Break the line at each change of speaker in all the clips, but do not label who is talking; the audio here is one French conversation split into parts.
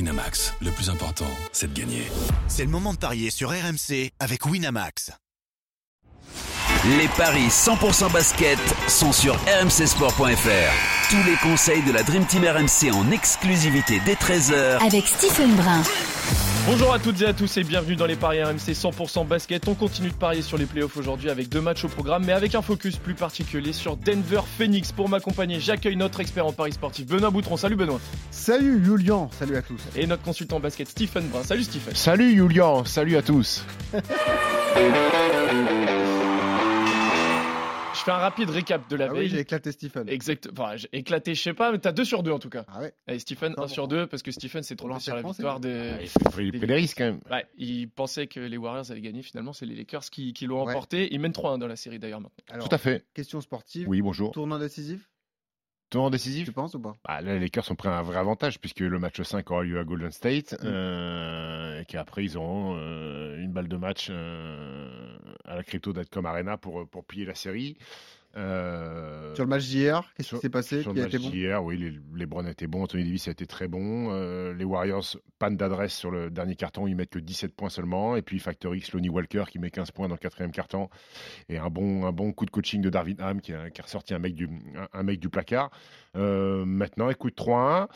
Winamax, le plus important, c'est de gagner.
C'est le moment de parier sur RMC avec Winamax.
Les paris 100% basket sont sur rmcsport.fr. Tous les conseils de la Dream Team RMC en exclusivité dès 13h
avec Stephen Brun.
Bonjour à toutes et à tous et bienvenue dans les paris RMC 100% basket. On continue de parier sur les playoffs aujourd'hui avec deux matchs au programme, mais avec un focus plus particulier sur Denver Phoenix. Pour m'accompagner, j'accueille notre expert en paris sportif Benoît Boutron. Salut Benoît.
Salut Julian, salut à tous.
Et notre consultant basket Stephen Brun. Salut Stephen.
Salut Julian, salut à tous.
Je fais un rapide récap de la
Ah
veille.
oui, j'ai éclaté Stephen.
Exact. Enfin, j'ai éclaté, je sais pas, mais t'as 2 sur 2 en tout cas.
Ah ouais.
Allez, Stephen, 1
Bon.
sur 2, parce que Stephen s'est trompé
Lancez
sur la
France,
victoire des.
Ah, Il fait- il fait des risques quand même.
Ouais, il pensait que les Warriors allaient gagner, finalement, c'est les Lakers qui, qui l'ont
Ouais.
emporté. Ils mènent 3-1 dans la série d'ailleurs maintenant.
Alors,
Tout à fait.
question sportive.
Oui, bonjour.
Tournant décisif,
Tournant
tu
décisif
penses ou pas
bah, Là, les Lakers ont pris un vrai avantage puisque le match 5 aura lieu à Golden State
Mm.
euh, et qu'après, ils auront euh, une balle de match euh, à la crypto.com Arena pour, pour piller la série. Euh,
Sur le match d'hier, qu'est-ce
sur-
qui s'est passé
sur
Qui
le
a
match
été bon
d'hier, oui, les, les Browns étaient bons, Anthony Davis a été très bon, euh, les Warriors, panne d'adresse sur le dernier carton, ils mettent que 17 points seulement, et puis Factor X, Lonnie Walker qui met 15 points dans le quatrième carton, et un bon, un bon coup de coaching de Darvin Ham qui a, qui a ressorti un mec du, un, un mec du placard. Euh, maintenant, écoute, 3-1.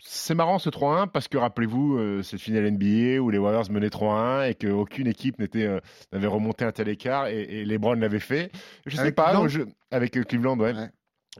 C'est marrant ce 3-1 parce que rappelez-vous euh, cette finale NBA où les Warriors menaient 3-1 et qu'aucune équipe n'était, euh, n'avait remonté un tel écart et, et les Browns l'avaient fait. Je sais
Avec
pas,
Cleveland
je- avec euh, Cleveland, ouais.
Ouais.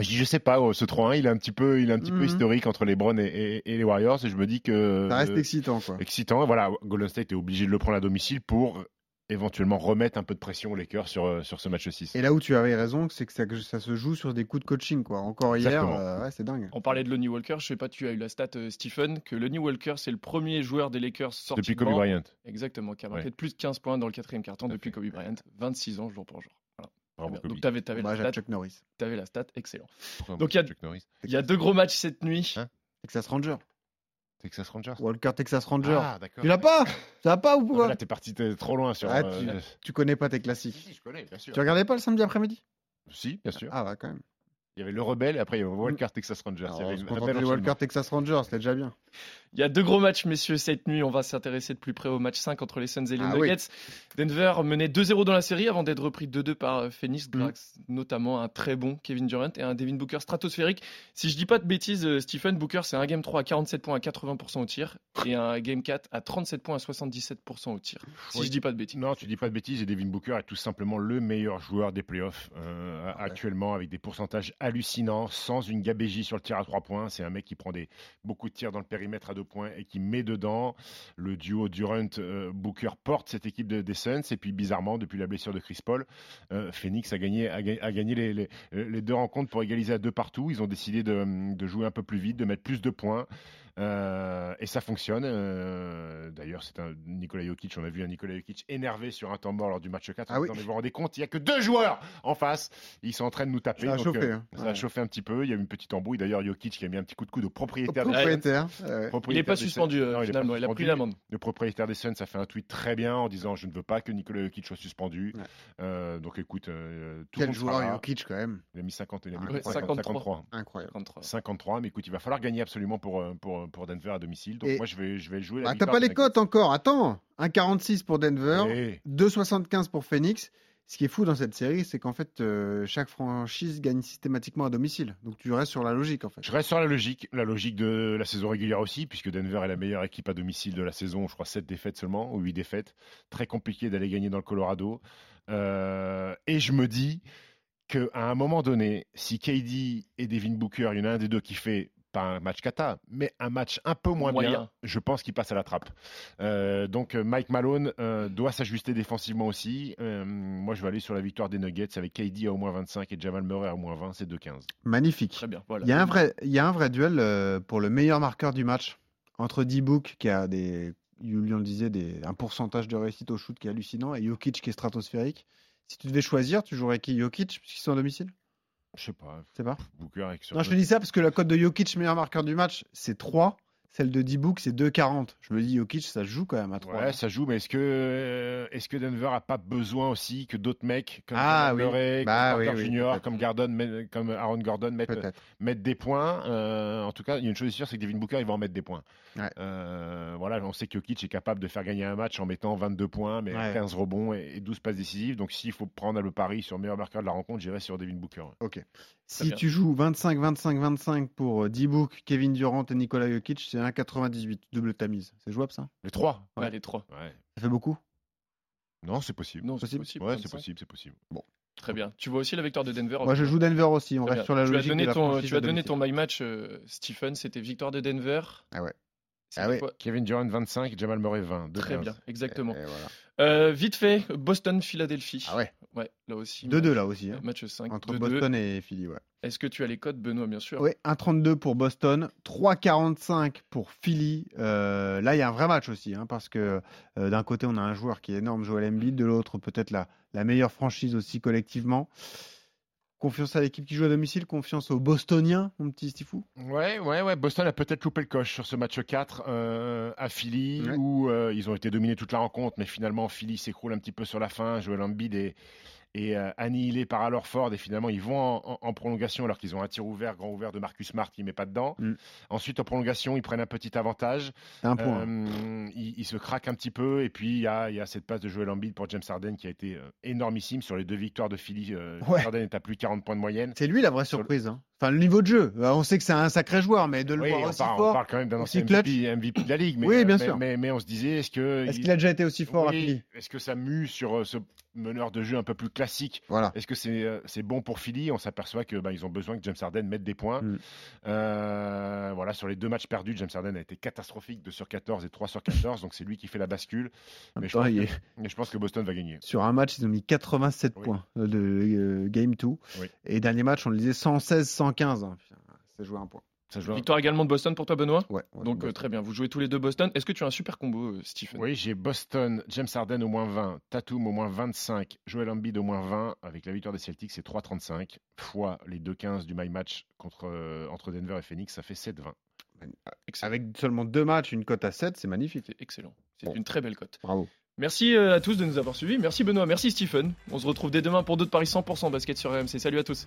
Je dis, je sais pas, oh, ce 3-1, il est un petit peu, il est un petit peu
Mhm.
historique entre les Browns et, et- et les Warriors, et je me dis que
Ça reste
euh,
excitant, quoi.
excitant. Voilà, Golden State est obligé de le prendre à domicile pour euh, éventuellement remettre un peu de pression aux Lakers sur, euh, sur ce match 6.
Et là où tu avais raison, c'est que ça, ça se joue sur des coups de coaching, quoi. Encore hier,
Exactement.
euh, ouais, c'est dingue.
On parlait de Lonnie Walker, je sais pas, tu as eu la stat, euh, Stephen, que Lonnie Walker, c'est le premier joueur des Lakers sorti
Depuis
de
Kobe
banc.
Bryant,
Exactement, qui a marqué
Ouais.
de plus de 15 points dans le quatrième carton
Tout à
depuis
fait.
Kobe Bryant, 26 ans jour pour jour. Voilà, très
Bravo,
bien.
Kobe.
bah, Donc t'avais, t'avais, la
Hommage à
stat,
Bah, Chuck Norris.
t'avais la stat, excellent.
Bravo,
Donc, il y a-
Chuck Norris.
Il y a deux gros matchs cette nuit.
Hein
Texas Ranger.
Texas Rangers.
Walker Texas Ranger.
Ah, d'accord.
tu l'as pas Ça va pas ou
Ah,
quoi
mais Là, t'es parti t'es trop loin sur.
Ah,
euh,
tu-
le-
Tu connais pas tes
Si,
classiques.
si, je connais, bien sûr.
Tu regardais pas le samedi après-midi
Si, bien sûr.
Ah, ouais, quand même.
Il y avait le Rebelle, et après il y avait Walker Texas Rangers.
Alors,
Il y avait
Ah, on se
un
contente
bel
des
enchaînement.
Walker Texas Ranger, c'était déjà bien.
Il y a deux gros matchs, messieurs, cette nuit. On va s'intéresser de plus près au match 5 entre les Suns et les
Ah oui.
Nuggets. Denver menait 2-0 dans la série avant d'être repris 2-2 par euh,
Mm.
Phoenix,
Mmh.
grâce notamment à un très bon Kevin Durant et un Devin Booker stratosphérique. Si je dis pas de bêtises, euh, Stephen Booker, c'est un game 3 à 47 points à 80% au tir et un game 4 à 37 points à 77% au tir. Si
Oui.
je dis pas de bêtises.
Non, tu dis pas de bêtises. Et Devin Booker est tout simplement le meilleur joueur des playoffs euh, actuellement, avec des pourcentages hallucinants, sans une gabégie sur le tir à trois points. C'est un mec qui prend des, beaucoup de tirs dans le périmètre à deux points et qui met dedans. Le duo Durant-Booker porte cette équipe de- des Suns. Et puis, bizarrement, depuis la blessure de Chris Paul, euh, Phoenix a gagné, a, ga- a gagné les, les- euh, les deux rencontres pour égaliser à deux partout. Ils ont décidé de, de jouer un peu plus vite, de mettre plus de points. Euh, et ça fonctionne. Euh, D'ailleurs, c'est un Nikola Jokic. On a vu un Nikola Jokic énervé sur un temps mort lors du match 4.
Ah oui.
Non, mais vous vous rendez compte, il n'y a que deux joueurs en face. Ils sont en train de nous taper.
Ça a
donc,
chauffé,
euh,
hein.
ça a
Ouais.
chauffé un petit peu. Il y a eu une petite embrouille. D'ailleurs, Jokic qui a mis un petit coup de coude au propriétaire. des Suns.
Propriétaire. ouais.
Il n'est
Propriétaire
pas
des Suns.
suspendu, euh,
Non, il est pas
finalement. Il a
suspendu.
pris l'amende.
Le propriétaire des Suns a fait un tweet très bien en disant Je ne veux pas que Nikola Jokic soit suspendu.
Ouais.
Euh, donc écoute, euh, tout
Quel
compte
joueur
là.
Jokic, quand même.
Il a mis 50, il a
Ah,
mis
ouais,
53.
53.
incroyable.
53.
53, mais écoute, il va falloir gagner absolument pour, euh, pour, pour Denver à domicile. Donc
Et-
moi, je vais, je vais jouer la
Ah, t'as
victoire
pas
de
les cotes hein, encore, attends. 1,46 pour Denver,
Eh,
2,75 pour Phoenix. Ce qui est fou dans cette série, c'est qu'en fait, euh, chaque franchise gagne systématiquement à domicile. Donc tu restes sur la logique, en fait.
Je reste sur la logique, la logique de la saison régulière aussi, puisque Denver est la meilleure équipe à domicile de la saison, je crois 7 défaites seulement, ou 8 défaites. Très compliqué d'aller gagner dans le Colorado. Euh, et je me dis qu'à un moment donné, si KD et Devin Booker, il y en a un des deux qui fait pas un match cata, mais un match un peu moins
Moyen.
bien, je pense qu'il passe à la trappe. Euh, donc euh, Mike Malone euh, doit s'ajuster défensivement aussi. Euh, moi, je vais aller sur la victoire des Nuggets avec KD à au moins 25 et Jamal Murray à au moins 20, c'est 2-15.
Magnifique.
Très bien. Voilà.
Il y, a un vrai, il y a un vrai duel euh, pour le meilleur marqueur du match entre D-Book, qui a des, Julien le disait, des, un pourcentage de réussite au shoot qui est hallucinant, et Jokic qui est stratosphérique. Si tu devais choisir, tu jouerais qui Jokic, puisqu'ils sont à domicile
Je sais pas,
C'est pas
Booker avec
Non, je te dis ça parce que la cote de Jokic, meilleur marqueur du match, c'est 3. Celle de Dibouk, c'est 2,40. Je me dis, Jokic, ça se joue quand même à hein, 3.
Ouais, ça joue, mais est-ce que, euh, est-ce que Denver a pas besoin aussi que d'autres mecs comme
Ah,
Jamal
oui.
Murray,
Bah,
comme
oui,
Porter
oui,
Junior,
peut-être.
comme, Gordon, met- comme Aaron Gordon mettent,
Peut-être.
mettent des points Euh, En tout cas, il y a une chose sûre, c'est que Devin Booker, il va en mettre des points.
Ouais.
Euh, voilà, on sait que Jokic est capable de faire gagner un match en mettant 22 points, mais
Ouais.
15 rebonds et, et 12 passes décisives. Donc, s'il faut prendre le pari sur le meilleur marqueur de la rencontre, j'irai sur Devin Booker.
Si
bien.
tu joues 25, 25, 25 pour euh, D-Book, Kevin Durant et Nikola Jokic, c'est 1,98. Double tamise. C'est jouable, ça
Les trois
Ouais, les trois.
Ouais.
Ça fait beaucoup
Non, c'est possible.
Non, c'est
Possible.
possible.
ouais, c'est
25.
possible, c'est possible.
Très bien. Tu vois aussi la victoire de Denver.
Moi, je joue Denver aussi. On
Oh, Très bien.
reste sur la
tu
logique.
as donné
de la
ton,
franchise
tu as
à
donné
domicile.
ton my match, euh, Stephen. C'était victoire de Denver.
Ah ouais.
C'était
Ah ouais.
quoi
Kevin Durant 25, Jamal Murray 20. deux
Très
quinze.
bien, exactement.
Et voilà.
Euh, vite fait, Boston-Philadelphie.
Ah ouais.
Ouais, là aussi.
2-2
match-
là aussi. hein.
Match 5.
Entre
2-2.
Boston et Philly, ouais.
Est-ce que tu as les codes, Benoît, bien sûr
Oui, 1,32 pour Boston, 3,45 pour Philly. Euh, là, il y a un vrai match aussi, hein, parce que euh, d'un côté, on a un joueur qui est énorme, Joel Embiid, de l'autre, peut-être la, la meilleure franchise aussi collectivement. Confiance à l'équipe qui joue à domicile, confiance aux Bostoniens, mon petit Stifou.
Ouais, ouais, ouais. Boston a peut-être loupé le coche sur ce match 4 euh, à Philly,
Ouais.
où euh, ils ont été dominés toute la rencontre, mais finalement Philly s'écroule un petit peu sur la fin. Joel Embiid est, est, euh, annihilé par alors Ford, et finalement ils vont en, en- en prolongation alors qu'ils ont un tir ouvert, grand ouvert de Marcus Smart qui met pas dedans.
Mm.
Ensuite en prolongation, ils prennent un petit avantage.
C'est un point. hein.
Euh, il, il se craque un petit peu. Et puis, il y a, il y a cette passe de Joel Embiid pour James Harden qui a été euh, énormissime sur les deux victoires de Philly. euh,
Ouais.
Harden est à plus de 40 points de moyenne.
C'est lui la vraie
sur le-
surprise. hein. Enfin, le niveau de jeu. Euh, On sait que c'est un sacré joueur, mais de le
Oui,
voir
on,
aussi
parle, on
fort.
parle quand même d'un
aussi
ancien MVP, MVP de la Ligue. Mais,
Oui, bien
mais-
sûr.
Mais, mais on se disait, est-ce que.
Est-ce
il-
qu'il a déjà été aussi fort à
oui,
Philly
Est-ce que ça mue sur euh, ce meneur de jeu un peu plus classique
Voilà.
Est-ce que c'est euh, c'est bon pour Philly On s'aperçoit que ben, ils ont besoin que James Harden mette des points.
Mm.
Euh, voilà, sur les deux matchs perdus, James Harden a été catastrophique 2 sur 14 et 3 sur 14, donc c'est lui qui fait la bascule.
En
Mais
même
je
temps,
pense
il
que-
est-
Mais je pense que Boston va gagner.
Sur un match, ils ont mis 87
Oui.
points euh, de euh, Game 2.
Oui.
Et dernier match, on le disait 116-115. hein. Putain, C'est joué un point.
Ça joue un-
Victoire également de Boston pour toi, Benoît
Ouais, ouais,
Donc
bon.
euh, très bien, vous jouez tous les deux Boston. Est-ce que tu as un super combo, euh, Stephen
Oui, j'ai Boston, James Harden au moins 20, Tatum au moins 25, Joel Embiid au moins 20. Avec la victoire des Celtics, c'est 3,35 fois les 2,15 du my match contre, euh, entre Denver et Phoenix, ça fait 7,20.
Excellent.
avec seulement deux matchs, une cote à 7, c'est magnifique.
C'est excellent. C'est
Bon.
une très belle cote.
Bravo.
Merci euh, à tous de nous avoir suivis. Merci Benoît, merci Stephen. On se retrouve dès demain pour d'autres paris 100% basket sur RMC. Salut à tous.